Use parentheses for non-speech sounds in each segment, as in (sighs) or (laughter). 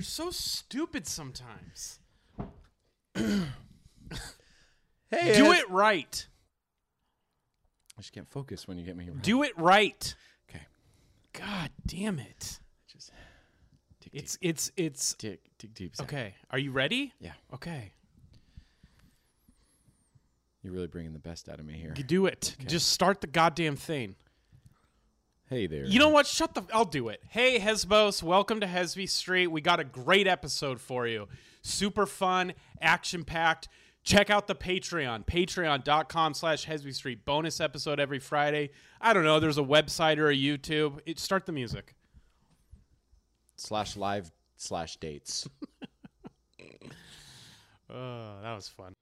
so stupid sometimes. Hey, Do Ed. it right. I just can't focus when you get me. Around. Do it right. Okay. God damn it. Just dig It's it's it's deep. Dig, dig deep. Zach. okay. Are you ready? Yeah. Okay. You're really bringing the best out of me here. You do it. Just start the goddamn thing. Hey there. You know what? Shut the. I'll do it. Hey, Hesbos, welcome to Hesby Street. We got a great episode for you. Super fun, action packed. Check out the Patreon, patreon.com slash Hesby Street. Bonus episode every Friday. I don't know. There's a website or a YouTube. It, start the music. Slash live slash (laughs) dates. Oh, that was fun.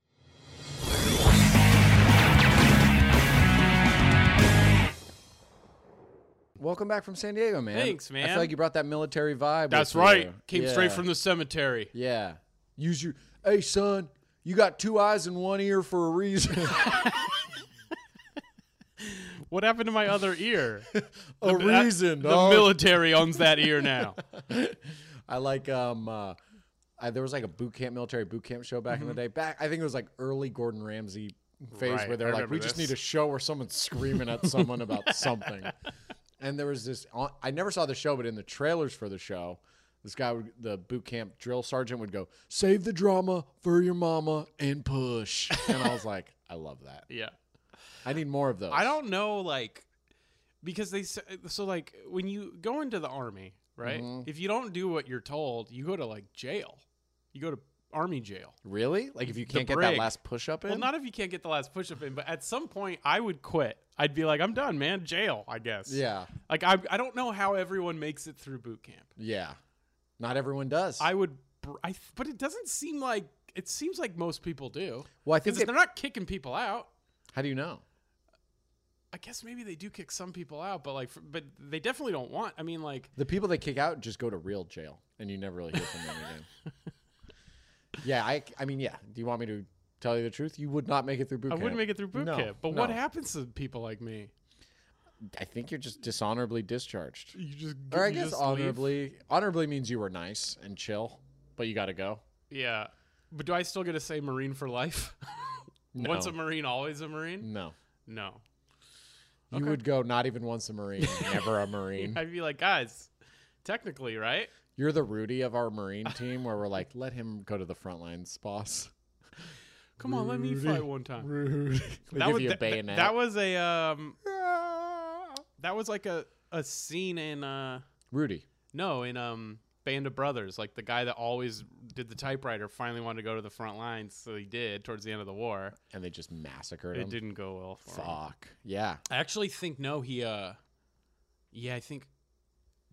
Welcome back from San Diego, man. Thanks, I man. feel like you brought that military vibe. That's with right. you. Came Yeah. straight from the cemetery. Yeah. Use your. Hey, son. You got two eyes and one ear for a reason. (laughs) What happened to my other ear? (laughs) a That- reason. The dog. military owns that (laughs) ear now. I like um uh, I, there was like a boot camp military boot camp show back in the day. Back I think it was like early Gordon Ramsay phase Mm-hmm. Right, where I they're like remember we just this. need a show where someone's screaming at (laughs) someone about something. And there was this on- I never saw the show but in the trailers for the show this guy would, the boot camp drill sergeant would go save the drama for your mama and push. And (laughs) I was like I love that. yeah. I need more of those. I don't know, like, because they s- so like when you go into the army, right? Mm-hmm. If you don't do what you're told, you go to like jail. You go to army jail. Really? Like if you can't get brig. that last push up in? Well, not if you can't get the last push up in, but at some point, I would quit. I'd be like, I'm done, man. Jail, I guess. yeah. Like I, I don't know how everyone makes it through boot camp. Yeah. Not everyone does. I would, br- I, th- but it doesn't seem like it seems like most people do. well, I think Because they, they're not kicking people out. How do you know? I guess maybe they do kick some people out, but like, f but they definitely don't want. I mean, like, The people they kick out just go to real jail, and you never really hear from them again. (laughs) yeah, I, I mean, yeah. Do you want me to tell you the truth? You would not make it through boot I camp. wouldn't make it through boot No, camp. But what no. happens to people like me? I think you're just dishonorably discharged. You just Or I you guess just leave? honorably. Honorably means you were nice and chill, but you got to go. Yeah. But do I still get to say Marine for life? (laughs) Once No. a Marine, always a Marine? No, No. you would go not even once (laughs) a marine, never a marine. I'd be like, guys, technically, right? You're the Rudy of (laughs) our marine team, where we're like, let him go to the front lines, boss. Come on, let me fight one time. Rudy, they give was you a th- th- bayonet. that was a um that was like a a scene in uh Rudy. no, in um Band of Brothers, like the guy that always did the typewriter finally wanted to go to the front lines, so he did towards the end of the war. and they just massacred him. It didn't go well for him. Fuck. Yeah. I actually think no, he uh yeah, I think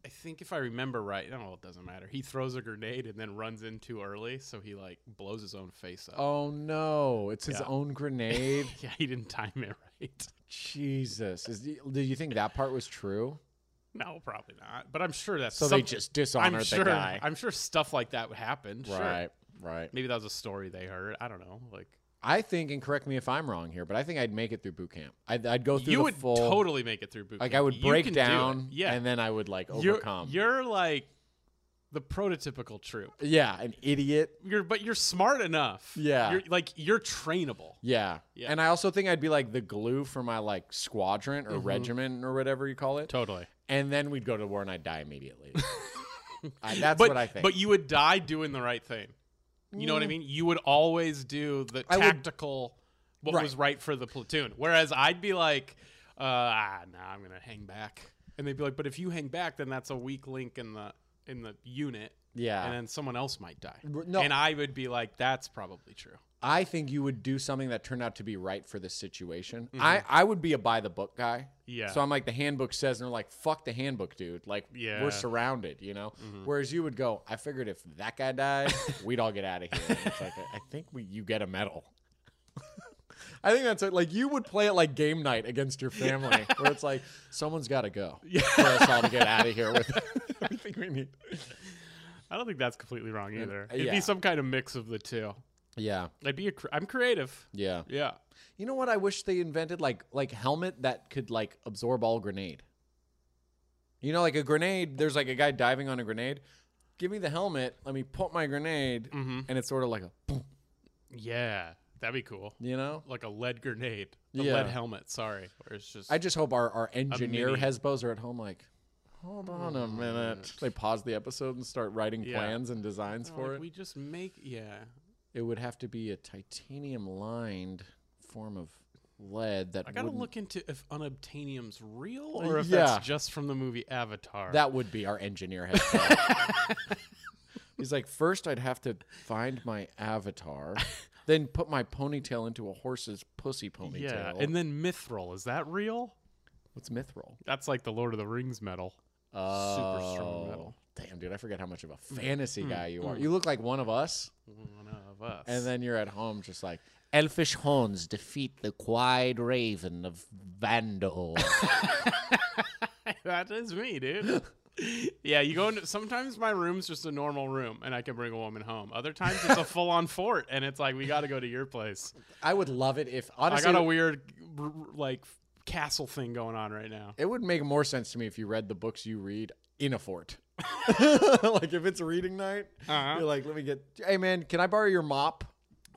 I think if I remember right, no, it doesn't matter. He throws a grenade and then runs in too early, so he like blows his own face (laughs) up. Oh no, it's his Yeah. own grenade. (laughs) Yeah, he didn't time it right. (laughs) Jesus. Is the, do you think that part was true? No, probably not. But I'm sure that's So they Uh, some- just I'm dishonored sure, the guy. I'm sure stuff like that would happen. Sure. right. Right. Maybe that was a story they heard. I don't know. Like I think, and correct me if I'm wrong here, but I think I'd make it through boot camp. I'd, I'd go through you the would full. totally make it through boot like camp. I would You break can do it. down, Yeah. and then I would like you're, overcome. You're like the prototypical troop. yeah, an idiot. You're but you're smart enough. Yeah. You're like you're trainable. Yeah. Yeah. and I also think I'd be like the glue for my like squadron Mm-hmm. or regiment or whatever you call it, Totally. and then we'd go to war and I'd die (laughs) immediately. I, that's but, what I think. But you would die doing the right thing. You know what I mean? You would always do the Mm. I would- tactical, what Right. was right for the platoon. Whereas I'd be like, uh, ah, nah, I'm gonna hang back. And they'd be like, but if you hang back, then that's a weak link in the in the unit, yeah, and then someone else might die. no. And I would be like, that's probably true. I think you would do something that turned out to be right for the situation. I, I would be a by the book guy. Mm-hmm. Yeah. So I'm like, the handbook says, and they're like, fuck the handbook, dude. Like, Yeah. Mm-hmm. we're surrounded, you know? Whereas you would go, I figured if that (laughs) guy died, we'd all get out of here. And it's like, I think we, you get a medal. (laughs) I think that's it. Like, you would play it like game night against your family, where it's like, someone's got (laughs) to go for us all to get out of here with (laughs) everything we need. I don't think that's completely wrong either. It'd yeah. be some kind of mix of the two. Yeah. I'd be a cr- I'm creative. Yeah. Yeah. You know what I wish they invented like like helmet that could like absorb all grenade. You know, like a grenade. There's like a guy diving on a grenade. give me the helmet, let me put my grenade, Mm-hmm. and it's sort of like a, boom, Yeah, that'd be cool. you know. Like a lead grenade, a Yeah. lead helmet. Sorry, where it's just I just hope our, our engineer mini- Mm. Hesbos are at home like, hold on a minute. They pause the episode and start writing Yeah. plans and designs Oh, for like, it. we just make yeah. It would have to be a titanium lined form of lead that I gotta wouldn't- look into if unobtainium's real or if yeah. that's just from the movie Avatar. That would be our engineer Hesbos. (laughs) He's like, first I'd have to find my avatar, then put my ponytail into a horse's pussy ponytail. yeah, and then mithril is that real? what's mithril? That's like the Lord of the Rings metal. Super strong metal. Oh, Mm, Damn, dude, I forget how much of a fantasy guy you are. You look like one of us, One of us. and then you're at home just like elfish horns defeat the quiet raven of Vandor. (laughs) that is me, dude. yeah, you go into sometimes my room's just a normal room and I can bring a woman home. Other times it's a full (laughs) on fort and it's like we gotta go to your place. I would love it if honestly I got a weird r- r- like castle thing going on right now. it would make more sense to me if you read the books you read in a fort. (laughs) like if it's reading night, Uh-huh. you're like, let me get. Hey man, can I borrow your mop?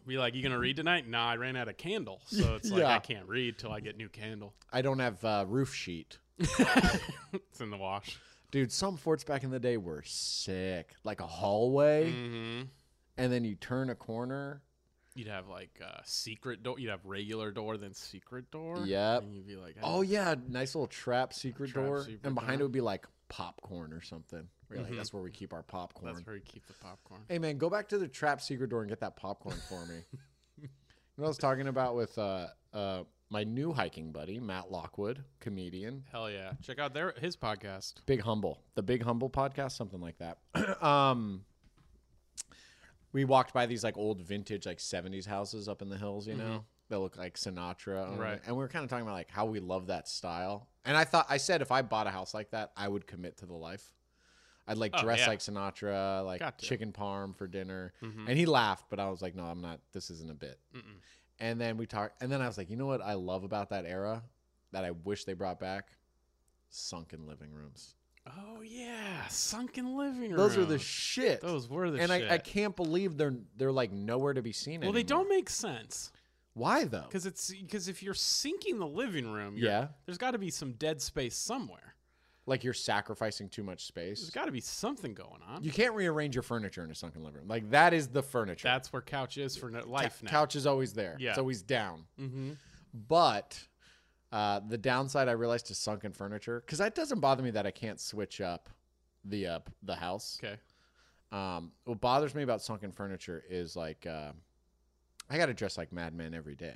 Be like, you gonna read tonight? Nah, I ran out of (laughs) candle, so it's like Yeah. I can't read till I get new (laughs) candle. I don't have uh, roof sheet, It's in the wash. dude. Some forts back in the day were sick, like a hallway, Mm-hmm. and then you turn a corner. You'd have like uh, secret door. You'd have regular door, then secret door. Yep. And you'd be like, Oh yeah, nice little trap secret Trap door, secret and behind door. Mm-hmm. it would be like popcorn or something. We're like, that's where we keep our popcorn. that's where you keep the popcorn. Hey man, go back to the trap secret door and get that popcorn for (laughs) me. you know what I was talking about with uh, uh, my new hiking buddy, Matt Lockwood, comedian, Hell yeah! Check out their his podcast. Big Humble, the Big Humble podcast, something like that. (clears throat) um, we walked by these like old vintage like '70s houses up in the hills, you know, that look like Sinatra, owned it. Mm-hmm. Right. And we were kind of talking about like how we love that style. And I thought I said if I bought a house like that, I would commit to the life. I'd like Oh, dress yeah. like Sinatra, like Got to. chicken parm for dinner. Mhm. And he laughed, but I was like, no, I'm not. This isn't a bit. Mm-mm. And then we talked, and then I was like, you know what I love about that era that I wish they brought back? Sunken living rooms. Oh yeah, sunken living room. Those are the shit. Those were the and shit. I, I can't believe they're they're like nowhere to be seen well, they anymore. don't make sense Why though? because it's because if you're sinking the living room, you're- Yeah. there's got to be some dead space somewhere. Like you're sacrificing too much There's space. got to be something going on. You can't rearrange your furniture in a sunken living room. Like that is the furniture. That's where couch is for no- life Cou- now. Couch is always there. Yeah. It's always down. Mm-hmm. But uh, the downside I realized to sunken furniture because that doesn't bother me that I can't switch up the uh, the house. Okay. Um, what bothers me about sunken furniture is like uh, I got to dress like Mad Men every day.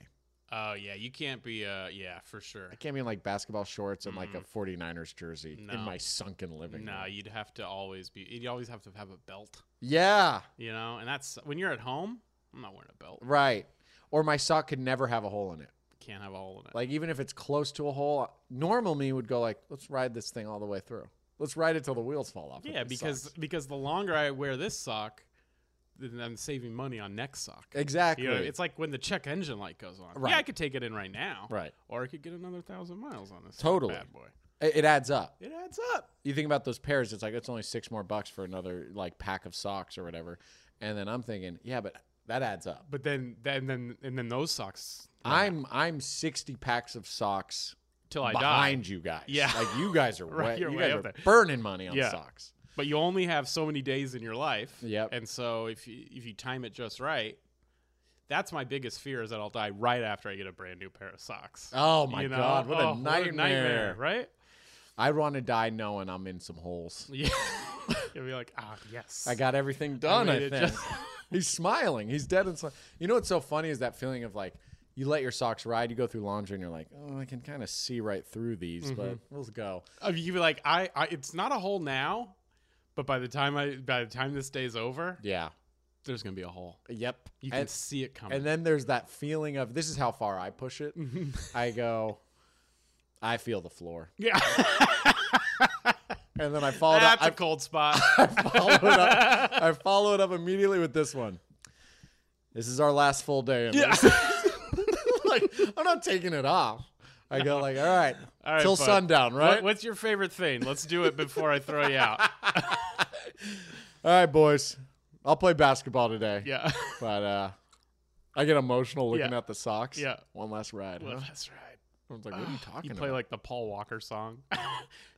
Oh yeah, you can't be. Uh, yeah, for sure. I can't be in like basketball shorts and like a 49ers jersey Mm-hmm. No. in my sunken living No, room. you'd have to always be. You would always have to have a belt, Yeah, you know. And that's when you're at home. I'm not wearing a belt. right. Or my sock could never have a hole in it. Can't have all of it. Like even if it's close to a hole, normal me would go like, let's ride this thing all the way through. Let's ride it till the wheels fall off. with yeah, these because socks." because the longer I wear this sock, then I'm saving money on next sock. exactly. You know, it's like when the check engine light goes on. Right. Yeah, I could take it in right now. right. Or I could get another thousand miles on this Totally. bad boy. It, it adds up. It adds up. You think about those pairs. It's like it's only six more bucks for another like pack of socks or whatever. And then I'm thinking, yeah, but that adds up. But then then then and then those socks I'm I'm 60 packs of socks till I die. behind you guys. Yeah. like you guys (laughs) are Right, way, you're you way guys up are there. burning money on Yeah. socks. But you only have so many days in your life. Yep. And so if you, if you time it just right, that's my biggest fear is that I'll die right after I get a brand new pair of socks. Oh my You know? god, what, Oh, a nightmare! right? (laughs) I want to die knowing I'm in some holes. Yeah. You'll be like, ah, yes. I got everything done. I, made it think (laughs) just- he's smiling. He's dead inside. You know what's so funny is that feeling of like you let your socks ride. You go through laundry and you're like, oh, I can kind of see right through these, but let's go. I mean, You'd be like, I, I, it's not a hole now, but by the time I, by the time this day's over, Yeah. there's gonna be a hole. Yep. You can and, see it coming. and then there's that feeling of this is how far I push it. I go. I feel the floor, yeah. (laughs) and then (laughs) I follow. that. That's a cold spot. (laughs) follow it up. (laughs) I follow it up immediately with this one. This is our last full day. in Yeah. this. (laughs) like I'm not taking it off. I go like, all right, All right, till bud. sundown, What- right? (laughs) what's your favorite thing? Let's do it before I throw you out. All right, boys. I'll play basketball today. Yeah. But uh, I get emotional looking Yeah. at the socks. Yeah. One last ride. well, that's right. Ah, I was like, what are you talking (sighs) You play about? like the Paul Walker song. (laughs)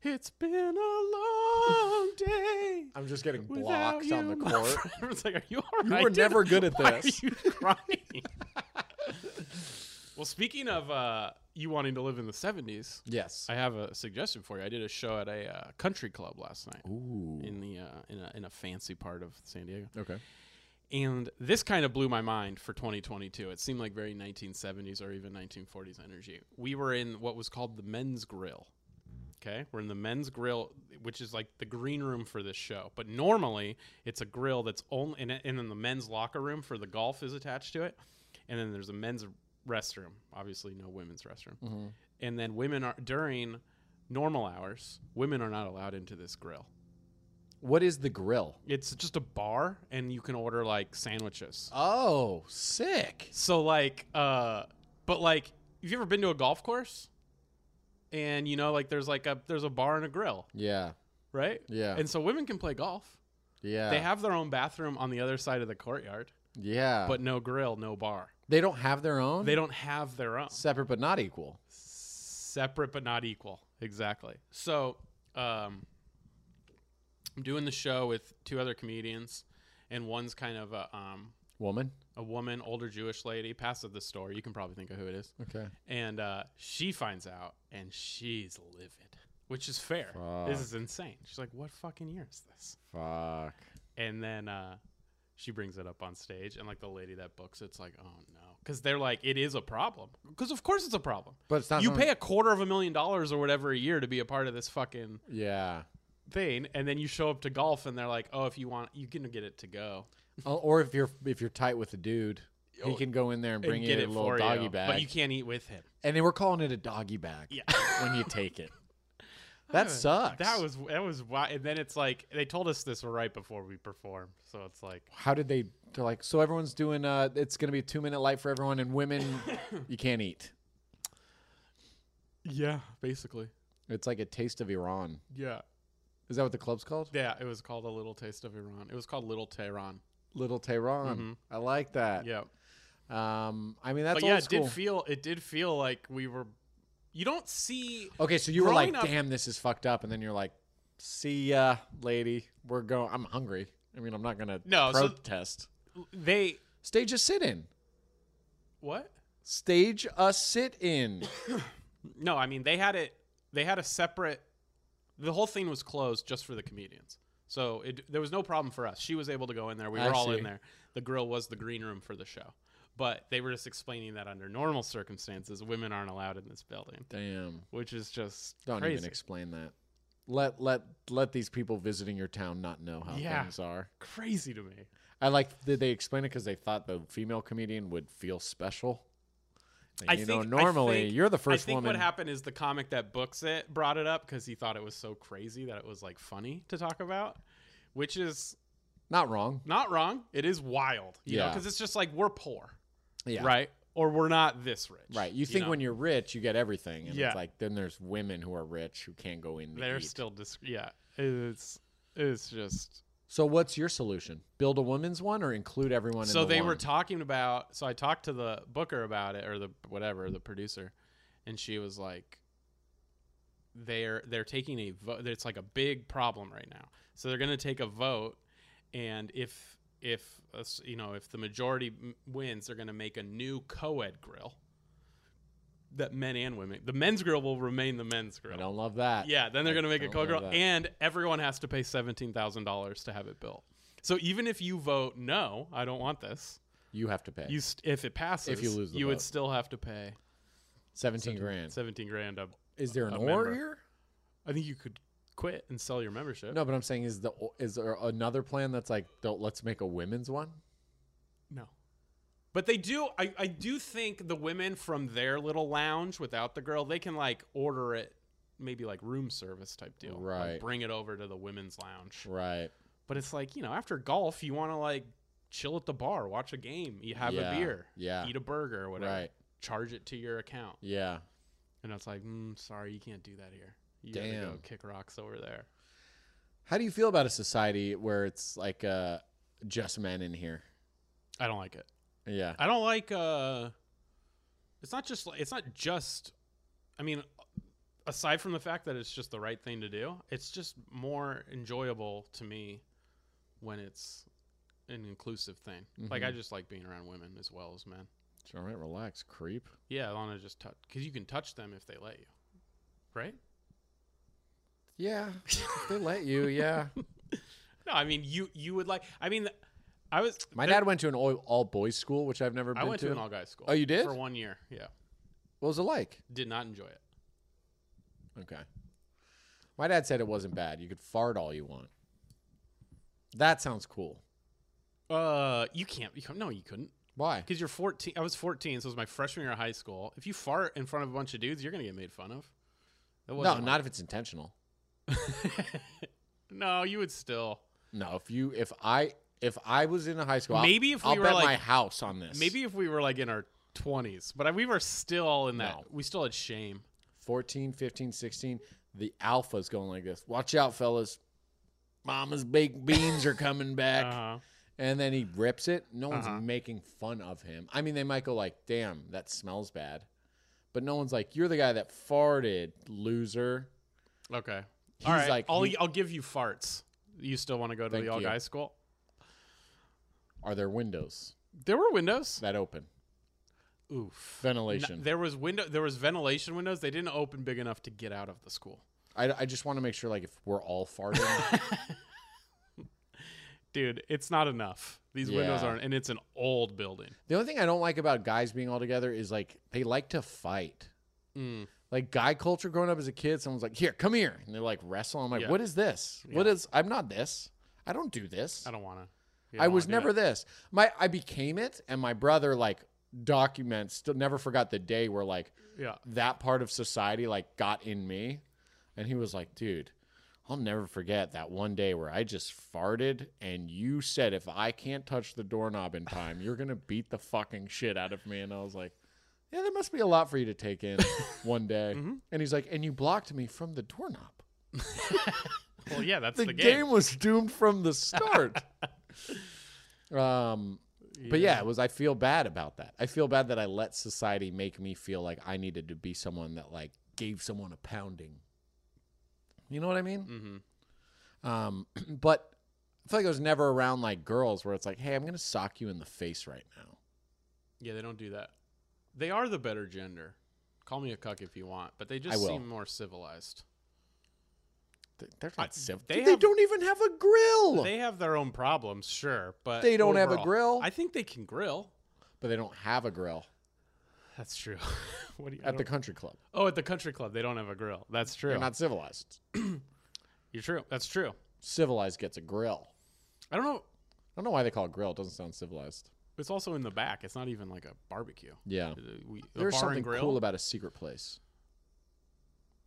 it's been a long day. I'm just getting without blocked you, on the my (laughs) court. friend. Everyone's like, are you all You right? were dude? never good at Why are this. you (laughs) crying? well, speaking of uh, you wanting to live in the 70s, Yes. I have a suggestion for you. I did a show at a uh, country club last night Ooh. in the uh, in, a, in a fancy part of San Diego. Okay. And this kind of blew my mind for 2022. It seemed like very 1970s or even 1940s energy. We were in what was called the men's grill. Okay. We're in the men's grill, which is like the green room for this show. But normally it's a grill that's only, and, and then the men's locker room for the golf is attached to it. And then there's a men's restroom, obviously, no women's restroom. And then women are, during normal hours, women are not allowed into this grill. What is the grill? It's just a bar, and you can order like sandwiches. Oh, sick. So like, uh, but like, have you ever been to a golf course? And you know, like, there's like a there's a bar and a grill, Yeah. right? Yeah. And so women can play golf. yeah. They have their own bathroom on the other side of the courtyard, yeah. but no grill, no bar. they don't have their own? They don't have their own. Separate but not equal. separate but not equal. Exactly. So, um, I'm doing the show with two other comedians, and one's kind of a um, Woman. a woman, older Jewish lady, past of the store. You can probably think of who it is. Okay. and uh, she finds out and she's livid which is fair this Fuck. is insane she's like what fucking year is this Fuck. and then uh, she brings it up on stage and like the lady that books it's like oh no because they're like it is a problem because of course it's a problem But it's not you something- pay a quarter of a million dollars or whatever a year to be a part of this fucking Yeah. thing and then you show up to golf and they're like oh if you want you can get it to go Oh, or if you're if you're tight with a dude, he Oh, can go in there and and bring get you a it little for doggy you, bag. but you can't eat with him and they were calling it a doggy bag. Yeah. (laughs) when you take it, that sucks. That was that was why. And then it's like they told us this right before we performed, so it's like how did they? They're like, so everyone's doing. Uh, it's gonna be a two minute light for everyone, and women, (laughs) you can't eat. yeah, basically It's like a taste of Iran. yeah, Is that what the club's called? yeah. It was called a little taste of Iran. It was called Little Tehran. Little Tehran. I like that. Mm-hmm. Yeah, Um, I mean that's but old yeah, it school. did feel it did feel like we were. You don't see okay, so you were like, growing up- damn, this is fucked up, and then you're like, see ya, lady. We're going. I'm hungry. I mean, I'm not gonna No, so- protest. they Stage a sit in. what? Stage a sit in. No, I mean they had it. They had a separate. The whole thing was closed just for the comedians. So it, there was no problem for us. She was able to go in there. We were I all see. in there. The grill was the green room for the show. But they were just explaining that under normal circumstances, women aren't allowed in this building, Damn. which is just Don't crazy. even explain that. Let let let these people visiting your town not know how Yeah. things are. crazy to me. I like that they explain it because they thought the female comedian would feel special. And, I you think, know, normally I think, you're the first I think woman. what happened is the comic that books it brought it up because he thought it was so crazy that it was like funny to talk about, which is not wrong. not wrong. It is wild, you know, Yeah. because it's just like we're poor. Yeah. right? Or we're not this rich, Right. You think know? when you're rich, you get everything. And Yeah. it's like then there's women who are rich who can't go in. to they're eat. still dis- yeah, it's it's just so what's your solution? Build a woman's one or include everyone in so the they were one? talking about. So I talked to the booker about it, or the whatever the producer, and she was like, they're they're taking a vote. It's like a big problem right now. So they're going to take a vote, and if if a s- you know if the majority m- wins, they're going to make a new co-ed grill. That men and women, the men's grill will remain the men's grill. I don't love that. Yeah, then they're I gonna make a don't cold love girl, that. and everyone has to pay seventeen thousand dollars to have it built. So even if you vote no, I don't want this. You have to pay. You st- if it passes, If you lose the you vote. would still have to pay 17 grand. seventeen grand. A, Is there an a or member. here? I think you could quit and sell your membership. No, but I'm saying is the is there another plan that's like don't let's make a women's one? No. But they do. I, I do think the women from their little lounge without the girl, they can like order it, maybe like room service type deal. Like, Right. bring it over to the women's lounge. Right. But it's like, you know, after golf, you want to like chill at the bar, watch a game, you have Yeah, a beer, yeah. eat a burger or whatever, Right. charge it to your account. Yeah. And it's like, mm, sorry, you can't do that here. You gotta go Damn. kick rocks over there. How do you feel about a society where it's like uh, just men in here? I don't like it. Yeah. I don't like. uh It's not just. It's not just. I mean, aside from the fact that it's just the right thing to do, it's just more enjoyable to me when it's an inclusive thing. Like Mm-hmm. I just like being around women as well as men. It's all right, relax, creep. Yeah, I want to just touch because you can touch them if they let you, (laughs) right? Yeah. if they let you, yeah. No, I mean you. You would like. I mean, I was. My there- dad went to an all, all boys school, which I've never I been went to. to an all guys school. Oh, you did? for one year. Yeah, what was it like? did not enjoy it. Okay. My dad said it wasn't bad. You could fart all you want. That sounds cool. Uh, you can't. You, can't- no, you couldn't. Why? Because you're 14. I was 14, so it was my freshman year of high school. If you fart in front of a bunch of dudes, you're gonna get made fun of. That No, wasn't my- not if it's intentional. (laughs) no, you would still. No, if you if I if I was in a high school, I'll- Maybe if we I'll were, bet like- my house on this. Maybe if we were like in our 20s, but I, we were still in that. No. We still had shame. 14, 15, 16, the alpha's going like this. Watch out, fellas. Mama's baked beans are coming back. (laughs) Uh-huh. And then he rips it. No Uh-huh. one's making fun of him. I mean, they might go like, "Damn, that smells bad," but no one's like, "You're the guy that farted, loser." Okay. all right. like- I'll he- I'll give you farts. You still want to go to Thank the all you. guys school? Are there windows There were windows. that open? Oof. Ventilation. N- there was window. There was ventilation windows. They didn't open big enough to get out of the school. I, I just want to make sure, like, if we're all farting, (laughs) Dude, it's not enough. These windows Yeah. aren't, and it's an old building. the only thing I don't like about guys being all together is like they like to fight. Mm. Like guy culture growing up as a kid, someone's like, "Here, come here," and they're like wrestle. I'm like, Yeah. "What is this? What is? I'm not this. I don't do this. I don't want to. I was never this. My I became it, and my brother like documents still never forgot the day where like Yeah. that part of society like got in me, and he was like, dude. I'll never forget that one day where I just farted and you said if I can't touch the doorknob in time, you're gonna beat the fucking shit out of me. And I was like, Yeah, there must be a lot for you to (laughs) take in one day. Mm-hmm. And he's like, And you blocked me from the doorknob. Well, yeah, that's The, the, game. was doomed from (laughs) the start. um but yeah, it was. I feel bad about that. I feel bad that I let society make me feel like I needed to be someone that like gave someone a pounding. You know what I mean? Mm-hmm. Um, (clears throat) but I feel like I was never around like girls where it's like, hey, I'm gonna sock you in the face right now. Yeah, they don't do that. They are the better gender. Call me a cuck if you want, but they I just will. seem more civilized. They- They're not civ. they They, they have- don't even have a grill. They have their own problems, sure, but They don't have a overall- grill? I think they can grill. but they don't have a grill That's true. (laughs) what do you, I at the don't- country club. oh, at the country club, they don't have a grill. That's true. They're not civilized. You're true. That's true. Civilized gets a grill. I don't know. I don't know why they call it grill. It doesn't sound civilized. It's also in the back. It's not even like a barbecue. Yeah. Uh, We, a There's bar something and grill. cool about a secret place.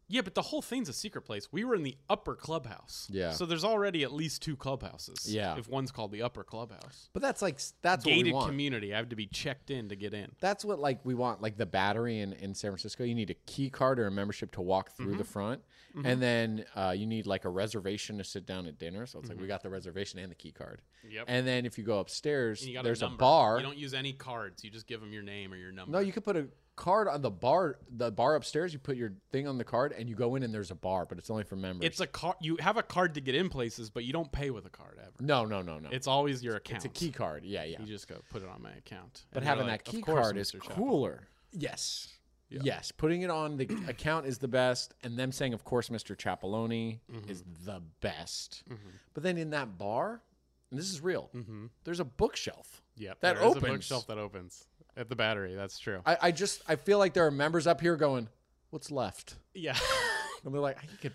yeah, but the whole thing's a secret place. We were in the upper clubhouse. Yeah. So there's already at least two clubhouses. Yeah. If one's called the upper clubhouse. But that's like s- that's what we gated want. community. I have to be checked in to get in. that's what like we want. Like the battery in, in San Francisco, you need a key card or a membership to walk through the Mm-hmm. front, and then uh, you need like a reservation to sit down at dinner. So it's like we got the reservation and the key card. Mm-hmm. Yep. And then if you go upstairs, And you got there's a, number. bar. You don't use any cards. You just give them your name or your number. no, you could put a card on the bar. The bar upstairs, you put your thing on the card, and you go in, and there's a bar, but it's only for members. it's a card. You have a card to get in places, but you don't pay with a card ever. no, no, no, no. It's, It's always your account. a key card. Yeah, yeah. You just go put it on my account. But And having they're like, that "Of key course, card is Mr. Chapman." cooler. Yes. Yes. Putting it on the (clears throat) account is the best. And them saying, of course, Mr. Chapeloni Mm-hmm. is the best. But then in that bar, and this is real, Mm-hmm. there's a bookshelf. Yep. That there is a opens. bookshelf that opens at the battery. That's true. I, I just, I feel like there are members up here going, what's left? (laughs) yeah. And they're like, you (laughs) could,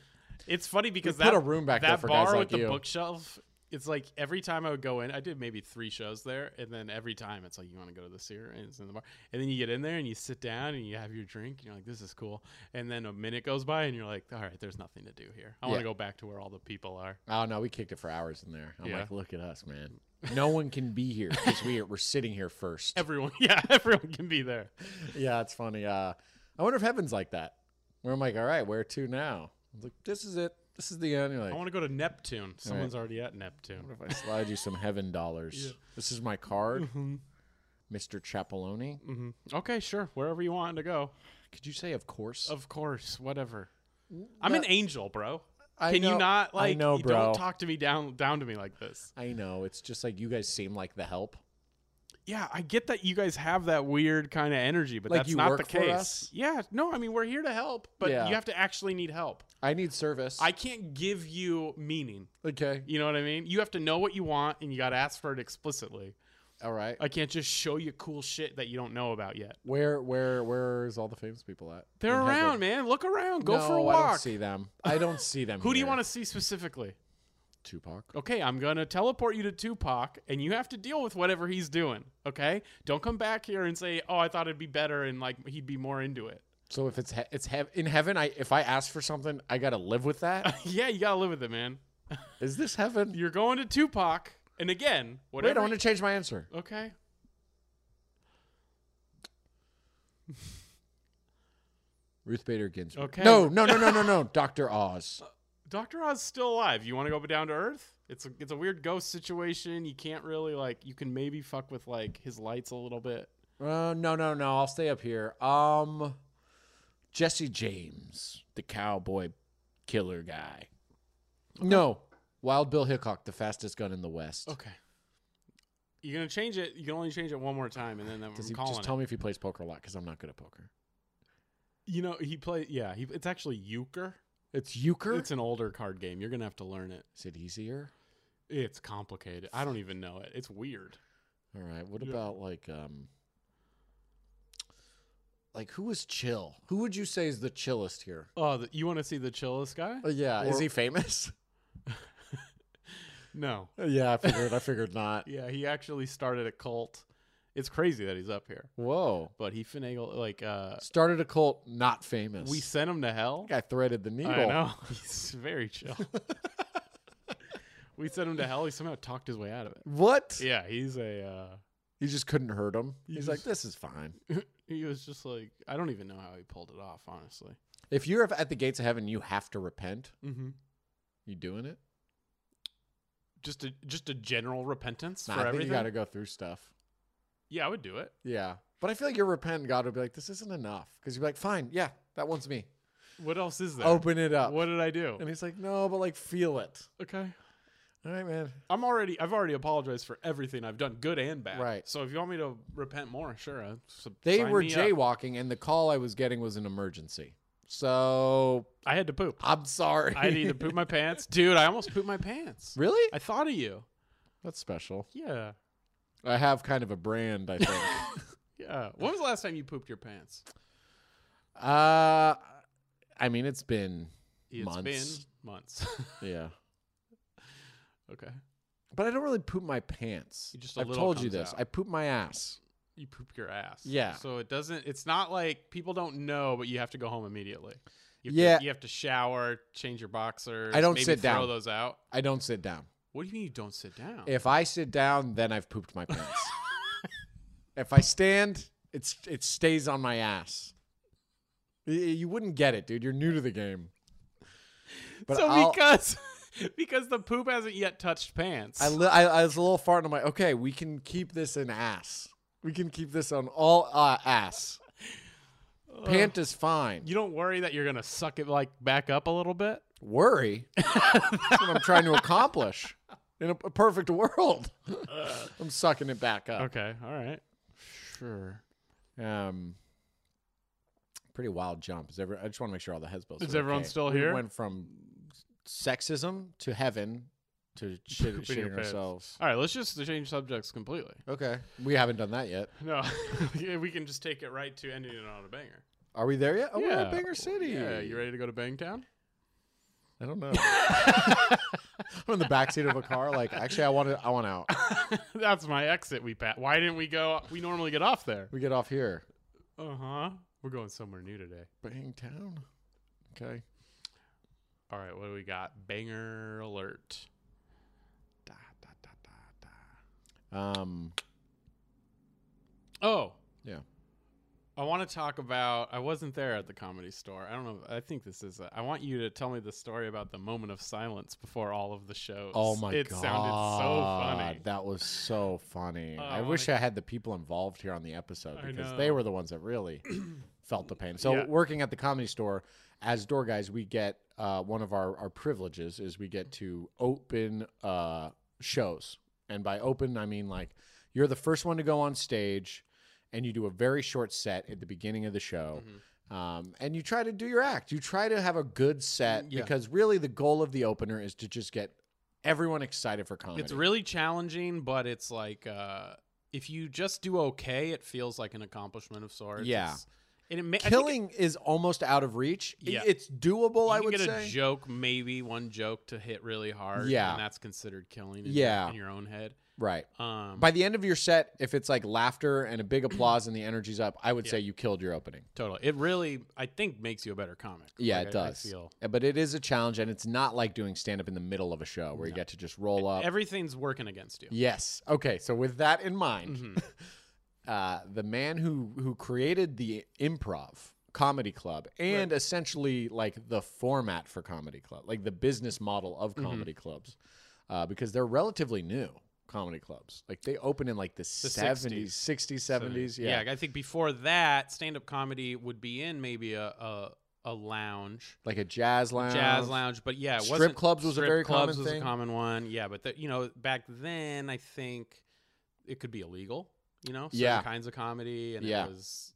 it's funny because put that a room back that there for bar guys like with the you. bookshelf. It's like every time I would go in, I did maybe three shows there, and then every time it's like you want to go to this here, and it's in the bar, and then you get in there and you sit down and you have your drink, and you're like, this is cool, and then a minute goes by and you're like, all right, there's nothing to do here. I want to Yeah. go back to where all the people are. (laughs) oh no, we kicked it for hours in there. I'm Yeah. like, look at us, man. No one can be here because we are, we're sitting (laughs) here first. Everyone, yeah, everyone can be there. yeah, it's funny. Uh, I wonder if heaven's like that. Where I'm like, all right, where to now? I was like, this is it. This is the end. You're like, I want to go to Neptune. Someone's already at Neptune. what if I slide you some heaven dollars? This is my card, Mm-hmm. Mr. Chapeloni. Okay, sure. Wherever you want to go. Could you say, of course? Of course, whatever. I'm an angel, bro. I Can know- you not I like know, you bro. don't talk to me down down to me like this? I know. It's just like you guys seem like the help. Yeah, I get that you guys have that weird kind of energy, but Like that's you not work the for case. us? Yeah, no, I mean we're here to help, but Yeah. you have to actually need help. I need service. I can't give you meaning. okay. You know what I mean? You have to know what you want and you got to ask for it explicitly. All right. I can't just show you cool shit that you don't know about yet. Where where where's all the famous people at? They're In heaven. around, man. Look around. Go for a No, walk. I don't see them. I don't see (laughs) them. Who do you here. want to see specifically? Tupac. okay, I'm going to teleport you to Tupac and you have to deal with whatever he's doing, okay? Don't come back here and say, "Oh, I thought it'd be better and like he'd be more into it." So if it's he- it's hev in heaven, I if I ask for something, I gotta live (laughs) with that. yeah, you got to live with it, man. Is this heaven? You're going to Tupac and again, Wait, I whatever. want to change my answer. okay. Ruth Bader Ginsburg. Okay. No, no, no, no, no, (laughs) no. Doctor Oz. Dr. Oz still alive. You want to go down to Earth? It's a, it's a weird ghost situation. You can't really like you can maybe fuck with like his lights a little bit. Uh, no, no, no. I'll stay up here. Um, Jesse James, the cowboy killer guy. No, Wild Bill Hickok, the fastest gun in the West. Okay. You're going to change it. You can only change it one more time and then I'm Does he calling just it. tell me if he plays poker a lot? Because I'm not good at poker. You know, he play. Yeah, he, it's actually euchre. It's euchre. It's an older card game. You're gonna have to learn it. Is it easier? It's complicated. I don't even know it. It's weird. All right. What Yeah. about like um like who is chill? Who would you say is the chillest here? Uh, Oh, the, you want to see the chillest guy? yeah, is is he he famous? No. Uh, yeah, I figured. I figured not. Yeah, he actually started a cult. It's crazy that he's up here, Whoa! but he finagled like uh, Started a cult, not famous. we sent him to hell. I threaded the needle. I know (laughs) he's very chill. (laughs) we sent him to hell. He somehow talked his way out of it. What? Yeah, he's a. Uh, He just couldn't hurt him. You He's like, this is fine. he was just like I don't even know how he pulled it off, honestly. If you're at the gates of heaven, you have to repent. Mm-hmm. You doing it? Just a just a general repentance Nah, I for think everything. you got to go through stuff. Yeah, I would do it. Yeah, but I feel like you're repenting. God would be like, this isn't enough. Because you'd be like, fine, yeah, that one's me. What else is there? Open it up. What did I do? And he's like, no, but like feel it. Okay. All right, man. I'm already I've already apologized for everything I've done, good and bad. Right. So if you want me to repent more, sure. uh, s- They sign were me up. jaywalking, and the call I was getting was an emergency. So I had to poop. I'm sorry. I (laughs) need to poop my pants. Dude, I almost pooped my pants. really? I thought of you. That's special. Yeah. I have kind of a brand, I (laughs) think. Yeah. When was the last time you pooped your pants? uh, I mean, it's been It's Months. been months. (laughs) yeah, okay. but I don't really poop my pants. You just- a I've little told you comes this. out. I poop my (laughs) ass. You poop your ass. Yeah. So it doesn't it's not like people don't know, but you have to go home immediately. You have Yeah. To, you have to shower, change your boxers. I don't maybe sit throw down. those out. I don't sit down. What do you mean you don't sit down? If I sit down, then I've pooped my pants. (laughs) if I stand, it's it stays on my ass. Y- You wouldn't get it, dude. You're new to the game. But so I'll- because (laughs) because the poop hasn't yet touched pants. I, li- I, I was a little fart, and I'm like, okay, we can keep this in ass. We can keep this on all uh, ass. Pant is fine. you don't worry that you're gonna suck it like back up a little bit. (laughs) Worry. That's what I'm trying to accomplish. In a, a perfect world, I'm sucking it back up. Okay, all right, sure. Um, pretty wild jump. Is every, I just want to make sure all the Hezbollah. Is everyone still here? We went from sexism to heaven (laughs) to shit, Pooping your shitting pants. ourselves. All right, let's just change subjects completely. Okay, we haven't done that yet. No, (laughs) we can just take it right to ending it on a banger. Are we there yet? Oh, we're Yeah. at Banger City. Yeah, you ready to go to Bangtown? (laughs) I don't know. I'm in the backseat of a car. Like, actually, I want to. I want out. That's my exit. We pat. Why didn't we go? We normally get off there. We get off here. Uh huh. We're going somewhere new today. Bangtown. Okay. All right, what do we got? Banger alert. Da, da, da, da, da. Um. Oh. Yeah. I want to talk about. I wasn't there at the comedy store. I don't know. I think this is. A, I want you to tell me the story about the moment of silence before all of the shows. Oh my it god! It sounded so funny. That was so funny. I Oh, wish my- I had the people involved here on the episode I because know. they were the ones that (clears throat) really felt the pain. So Yeah. working at the comedy store as door guys, we get uh, one of our, our privileges is we get to open uh, shows, and by open I mean like you're the first one to go on stage, and you do a very short set at the beginning of the Mm-hmm. show. Um, and you try to do your act. You try to have a good set Yeah. because really the goal of the opener is to just get everyone excited for comedy. It's really challenging, but it's like uh, if you just do okay, it feels like an accomplishment of sorts. Yeah. It's- and it ma- I think it- killing is almost out of reach. I- Yeah. It's doable, You I can would get say. a joke, maybe one joke to hit really hard. Yeah. and that's considered killing. In your- Yeah. in your own head. right. Um, By the end of your set, if it's like laughter and a big applause and the energy's up, I would Yeah. say you killed your opening. totally. It really, I think, makes you a better comic. Yeah, Like, it I- I does. feel Uh, But it is a challenge, and it's not like doing stand up in the middle of a show where you get to just roll up. everything's working against you. yes. Okay. So with that in mind, Mm-hmm. (laughs) uh, the man who who created the improv comedy club and essentially like the format for comedy club like the business model Mm-hmm. of comedy clubs uh, because they're relatively new comedy clubs like they open in like the, 70s 60s. 60s 70s yeah, yeah. I think before that, stand-up comedy would be in maybe a a, a lounge, like a jazz lounge jazz lounge, but yeah, it Strip wasn't- clubs was a strip very clubs common was thing. a common one. Yeah, but the, you know, back then I think it could be illegal. You know, certain Yeah. kinds of comedy, and Yeah. it was.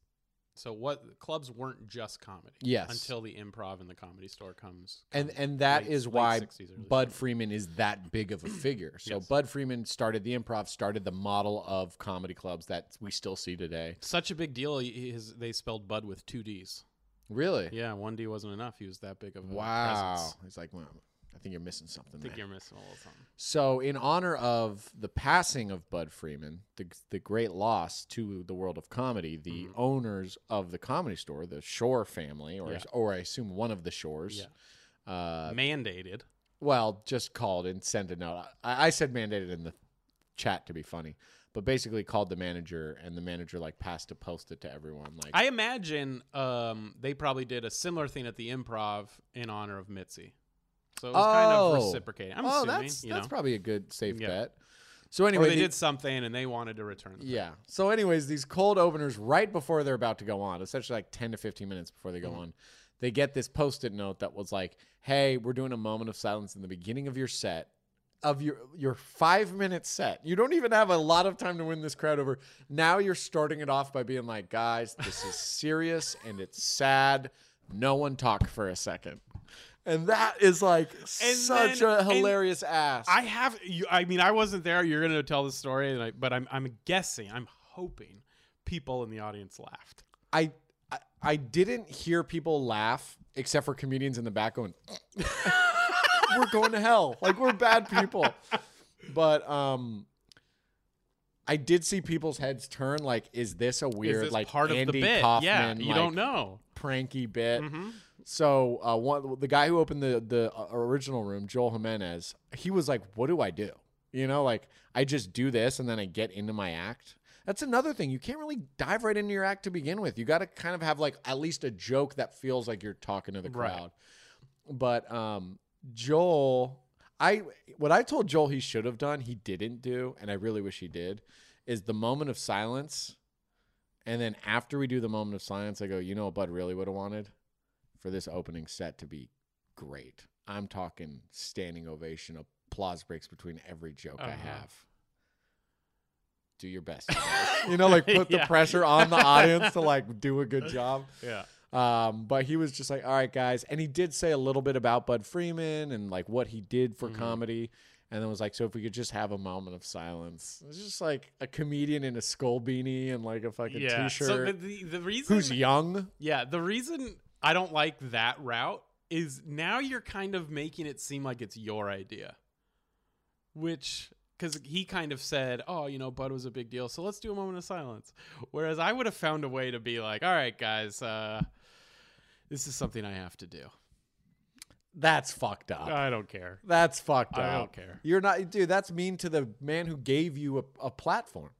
So what clubs weren't just comedy? Yes. until the improv and the comedy store comes. and comes and that is late- late why 60s, early Bud Freeman is that big of a figure. So Yes. Bud Freeman started the improv, started the model of comedy clubs that we still see today. such a big deal. he- His, they spelled Bud with two D's. Really? Yeah, one D wasn't enough. He was that big of a Wow. presence. He's like, well, I think you're missing I something. think there." you're missing a little something. So, in honor of the passing of Bud Freeman, the, the great loss to the world of comedy, the Mm-hmm. owners of the comedy store, the Shore family, or, Yeah. or I assume one of the Shores, uh, Mandated. well, just called and sent a note. I, I said mandated in the chat to be funny, but basically called the manager, and the manager like passed a post it to everyone. Like, I imagine um, they probably did a similar thing at the improv in honor of Mitzi. So it was kind of Oh. reciprocating. I'm oh, assuming, that's you that's know. probably a good safe Yeah. bet. So or anyway, they the- did something and they wanted to return. the Yeah. So, anyways, these cold openers right before they're about to go on, essentially like 10 to 15 minutes before they go on, they get this post it note that was like, hey, we're doing a moment of silence in the beginning of your set. Of your your five minute set, you don't even have a lot of time to win this crowd over. Now you're starting it off by being like, "Guys, this is serious and it's sad. No one talk for a second. and that is like such then- a and hilarious ass. I have. You, I mean, I wasn't there. You're going to tell the story, and I, but I'm, I'm guessing. I'm hoping people in the audience laughed. I I- I didn't hear people laugh except for comedians in the back going, "We're going to hell! Like we're bad people." But um, I did see people's heads turn. Like, is this a weird Is this like part Andy of the bit? yeah, Kaufman? you like, don't know. pranky bit. hmm So uh, one the guy who opened the the uh, original room, Joel Jimenez, he was like, "What do I do? You know, like I just do this and then I get into my act." That's another thing. You can't really dive right into your act to begin with. You got to kind of have like at least a joke that feels like you're talking to the Right. crowd. But um, Joel, I what I told Joel he should have done, he didn't do, and I really wish he did, is the moment of silence. And then after we do the moment of silence, I go, you know what Bud really would have wanted? For this opening set to be great. I'm talking standing ovation, applause breaks between every joke I Uh-huh. have. Do (laughs) your best. you guys. you know, like put the Yeah. pressure on the audience to like do a good job. Yeah. Um, but he was just like, all right, guys. And he did say a little bit about Bud Freeman and like what he did for Mhm. comedy. And then was like, so if we could just have a moment of silence. It's just like a comedian in a skull beanie and like a fucking yeah. t shirt. So the, the, the reason Who's young? Yeah, the reason I don't like that route is now you're kind of making it seem like it's your idea. Which cuz he kind of said, "Oh, you know, Bud was a big deal, so let's do a moment of silence." Whereas I would have found a way to be like, "All right, guys, uh this is something I have to do. That's fucked up. I don't care." That's fucked up. Uh, I don't care. You're not, dude. That's mean to the man who gave you a, a platform.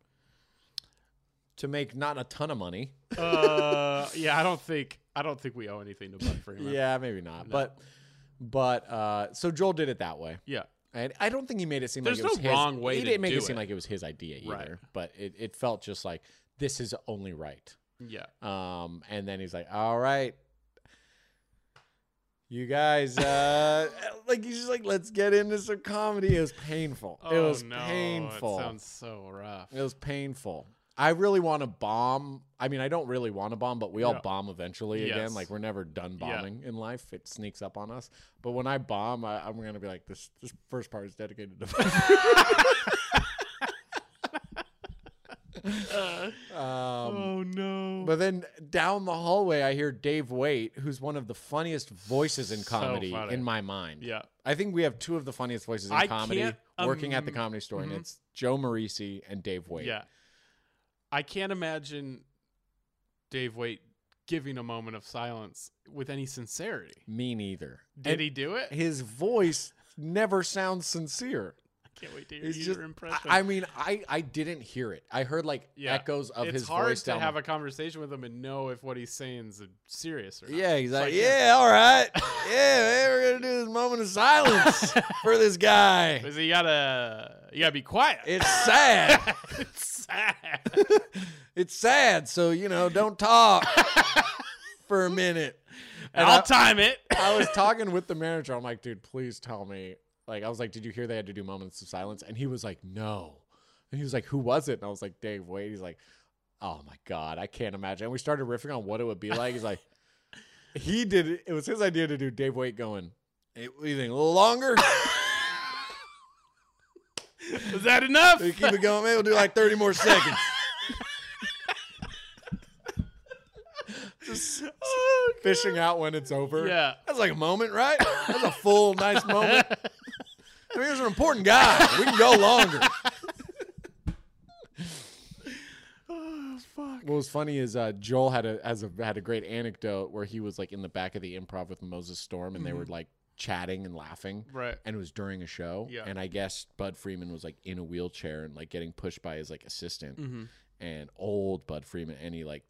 to make not a ton of money. (laughs) uh, yeah, I don't think I don't think we owe anything to Bud Freeman. Yeah, maybe not. But but uh, so Joel did it that way, yeah. and I don't think he made it seem There's like it was no his, wrong way He to didn't make do it seem it. like it was his idea either. Right. But it, it felt just like this is only right. Yeah. Um, and then he's like, "All right, you guys, uh, (laughs) like he's just like, let's get into some comedy." It was painful. it Oh, was no, painful. It sounds so rough. It was painful. I really want to bomb. I mean, I don't really want to bomb, but we all Yeah. bomb eventually Yes. again. Like we're never done Yeah. bombing in life. It sneaks up on us. But when I bomb, I, I'm gonna be like, this. This first part is dedicated to. (laughs) (laughs) um, oh no. but then down the hallway, I hear Dave Waite, who's one of the funniest voices in comedy funny. in my mind. yeah. I think we have two of the funniest voices in I comedy can't, working at the um, comedy store, mhm. and it's Joe Morrissey and Dave Waite. Yeah. I can't imagine Dave Waite giving a moment of silence with any sincerity. Me neither. Did he do it? His voice never sounds sincere. I can't wait to hear It's your just, impression. I, I mean, I, I didn't hear it. I heard like Yeah. echoes of it's his hard voice to down. have a conversation with him and know if what he's saying is serious or not. (laughs) yeah, he's It's like, like, yeah, all right, (laughs) yeah, man, we're gonna do this moment (laughs) of silence for this guy. Because you gotta, you gotta be quiet. It's sad. (laughs) It's sad. (laughs) it's sad. So you know, (laughs) don't talk for a minute. And I'll I- time (coughs) it. I was talking with the manager. I'm like, dude, please tell me. Like, I was like, did you hear they had to do moments of silence? And he was like, no. And he was like, who was it? And I was like, Dave Wade. He's like, oh my god, I can't imagine. And we started riffing on what it would be like. He's like, he did. It It was his idea to do Dave Wade going. "Hey, what do you think? A little longer? Is that enough? we keep it going. Maybe we'll do like 30 more seconds. Just Oh, God. fishing out when it's over. Yeah. That's like a moment, right? That's a full, nice moment. I mean, it was an important guy. We can go longer. Oh, fuck. What was funny is uh, Joel had a has a had a great anecdote where he was like in the back of the improv with Moses Storm, and they Mm-hmm. were like chatting and laughing. Right. And it was during a show. Yeah. And I guess Bud Freeman was like in a wheelchair and like getting pushed by his like assistant Mm-hmm. and old Bud Freeman, and he like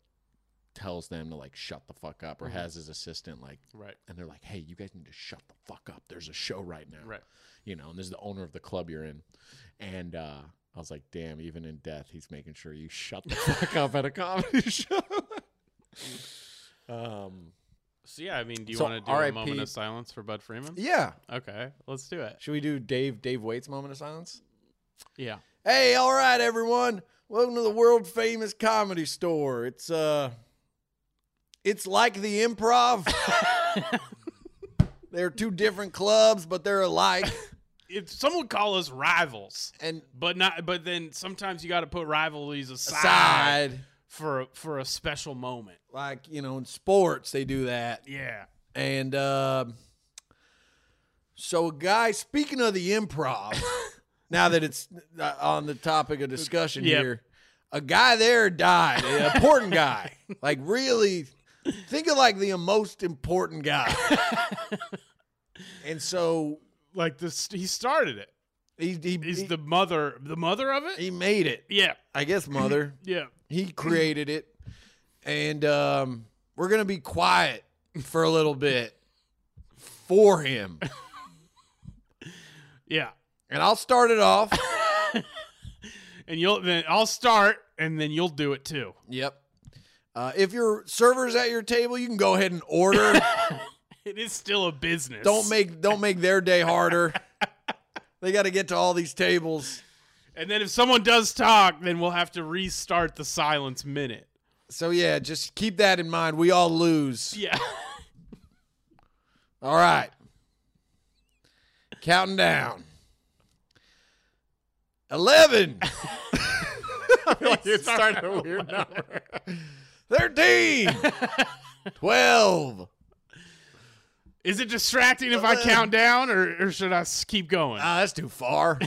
tells them to like shut the fuck up, or Mm-hmm. has his assistant like, Right. and they're like, hey, you guys need to shut the fuck up. There's a show right now. Right. you know, and this is the owner of the club you're in. And uh, I was like, damn, even in death, he's making sure you shut the fuck up at a comedy (laughs) show. um, So yeah, I mean, do you So, want to do a RIP moment of silence for Bud Freeman? yeah. Okay, let's do it. Should we do Dave Dave Waite's moment of silence? Yeah. Hey, all right, everyone. Welcome to the world famous comedy store. It's uh it's like the improv. they're two different clubs, but they're alike. If some would call us rivals, And but not. But then sometimes you got to put rivalries aside, aside, for for a special moment. like, you know, in sports they do that. Yeah. And um so, a guy, speaking of the improv, (laughs) now that it's uh, on the topic of discussion Yep. here, a guy there died, an important (laughs) guy. Like, really, think of like the most (laughs) important guy. and so Like this, he started it. he, he, He's he, the mother, the mother of it. he made it, Yeah. I guess, mother. Yeah. He created it. And um, we're going to be quiet for a little bit for him. Yeah. And I'll start it off. And you'll then I'll start, and then you'll do it too. Yep. Uh, if your server's at your table, you can go ahead and order. It is still a business. don't make don't make their day harder. they got to get to all these tables. And then if someone does talk, then we'll have to restart the silence (laughs) minute. So yeah, just keep that in mind. We all lose. Yeah. All right. Counting down. Eleven. (laughs) It started a weird number. Thirteen. (laughs) Twelve. Is it distracting if I Uh, count down, or, or should I s- keep going? Ah, that's too (laughs) far.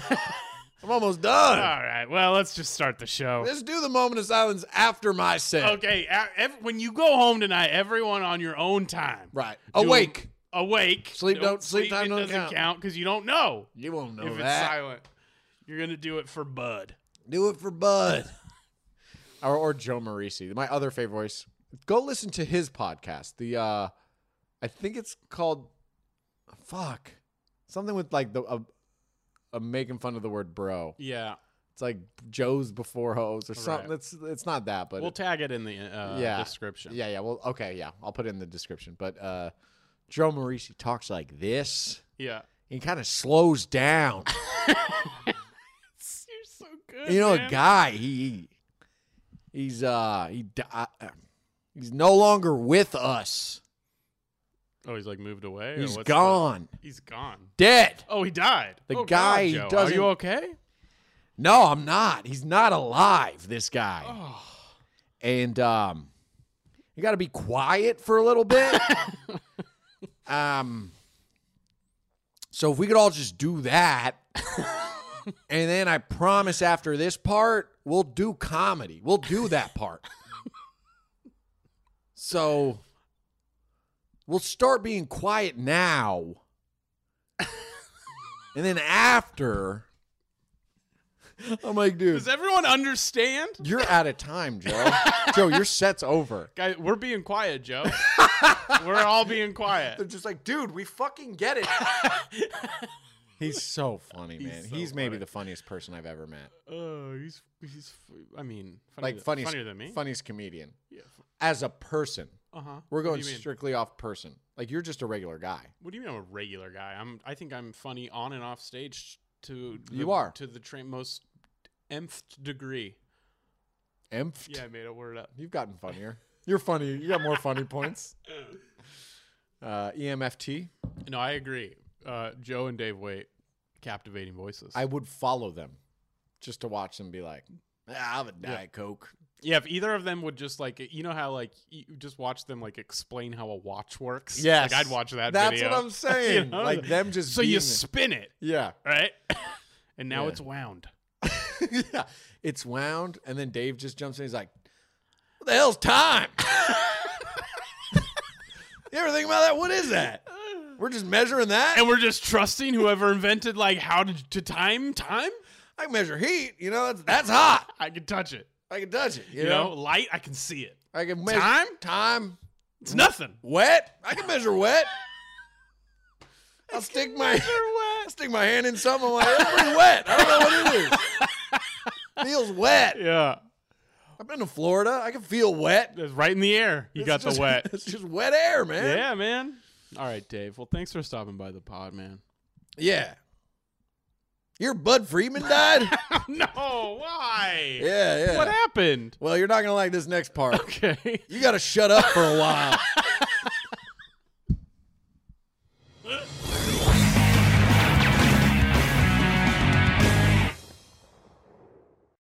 I'm almost done. All right. Well, let's just start the show. Let's do the moment of silence after my set. Okay. a- ev- when you go home tonight, everyone on your own time. Right. Do 'em- Awake. Awake. Sleep don't- sleep time it don't doesn't count. count because you don't know You won't know if it's that. silent. You're gonna do it for Bud. Do it for Bud. (laughs) or, or Joe Marisi, my other favorite voice. Go listen to his podcast. The uh, I think it's called fuck something with like the uh, uh, making fun of the word bro. Yeah. It's like Joe's before hoes or something. Right. It's it's not that, but We'll tag it in the uh, Yeah. description. yeah, yeah. Well, okay, yeah. I'll put it in the description. But uh, Joe Marisi talks like this. Yeah. (laughs) and kind of slows down. You're so good. you know, man. a guy he he- he's uh he di- uh, he's no longer with us. Oh, he's like moved away. or He's what's the- gone, he's gone. dead. Oh, he died. The Oh, guy God, Joe. Are doesn't- you okay? No, I'm not. He's not alive. This guy, Oh. and um, you got to be quiet for a little bit. um, so if we could all just do that. And then I promise after this part, we'll do comedy. We'll do that part. so we'll start being quiet now. and then after, I'm like, dude, Does everyone understand? you're out of time, Joe. Joe, your set's over. Guy, we're being quiet, (laughs) Joe. we're all being quiet. They're just like, dude, we fucking get it. (laughs) He's so funny, man. He's, so maybe funny. the funniest person I've ever met. Oh, he's he's. f- I mean, funny Like funniest, funnier than me. funniest comedian. Yeah. As a person, Uh huh. We're What do going you mean? strictly off person. Like you're just a regular guy. What do you mean I'm a regular guy? I'm. I think I'm funny on and off stage to the, You are. to the tra- most nth degree. Emphed. Yeah, I made a word up. You've gotten funnier. You're funny. You got more (laughs) funny points. Uh, EMFT. No, I agree. Uh, Joe and Dave Wait, captivating voices. I would follow them just to watch them be like, "Ah, I have a Diet Coke. yeah, if either of them would just like, you know how like you just watch them like explain how a watch works. Yes. like I'd watch that. That's video. what I'm saying. (laughs) You know? Like them just So you being- spin it, yeah. right? (laughs) and now Yeah. it's wound. (laughs) yeah. It's wound. And then Dave just jumps in. He's like, what the hell's time? (laughs) you ever think about that? What is that? We're just measuring that. And we're just trusting whoever invented like how to, to time time. I can measure heat. You know, that's, that's hot. I can touch it. I can touch it. You, You know? know, light. I can see it. I can measure Time? Time. It's nothing. Wet. I can measure wet. I'll stick my I'll (laughs) stick my hand in something. I'm like, that's pretty wet. I don't know what (laughs) it is. Feels wet. Yeah, I've been to Florida. I can feel wet. it's right in the air. You It's got the (laughs) just- wet. (laughs) It's just wet air, man. yeah, man. All right, Dave. Well, thanks for stopping by the pod, man. Yeah. Your Bud (laughs) Freeman died? (laughs) no, why? yeah, yeah. What happened? Well, you're not gonna like this next part. Okay. You gotta shut up for a while.